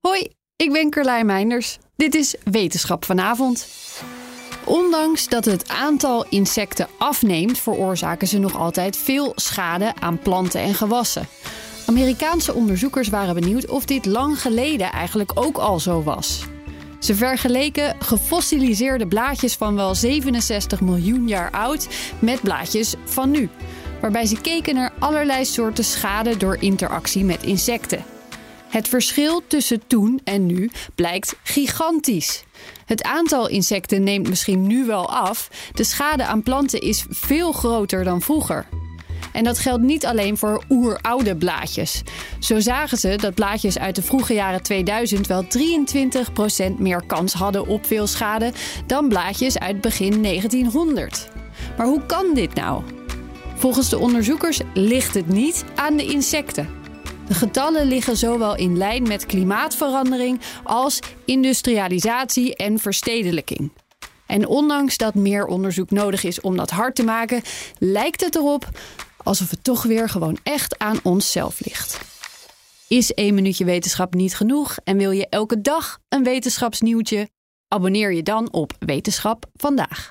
Hoi, ik ben Carlijn Meinders. Dit is Wetenschap vanavond. Ondanks dat het aantal insecten afneemt, veroorzaken ze nog altijd veel schade aan planten en gewassen. Amerikaanse onderzoekers waren benieuwd of dit lang geleden eigenlijk ook al zo was. Ze vergeleken gefossiliseerde blaadjes van wel 67 miljoen jaar oud met blaadjes van nu, waarbij ze keken naar allerlei soorten schade door interactie met insecten. Het verschil tussen toen en nu blijkt gigantisch. Het aantal insecten neemt misschien nu wel af, de schade aan planten is veel groter dan vroeger. En dat geldt niet alleen voor oeroude blaadjes. Zo zagen ze dat blaadjes uit de vroege jaren 2000 wel 23% meer kans hadden op veel schade dan blaadjes uit begin 1900. Maar hoe kan dit nou? Volgens de onderzoekers ligt het niet aan de insecten. De getallen liggen zowel in lijn met klimaatverandering als industrialisatie en verstedelijking. En ondanks dat meer onderzoek nodig is om dat hard te maken, lijkt het erop alsof het toch weer gewoon echt aan onszelf ligt. Is één minuutje wetenschap niet genoeg en wil je elke dag een wetenschapsnieuwtje? Abonneer je dan op Wetenschap vandaag.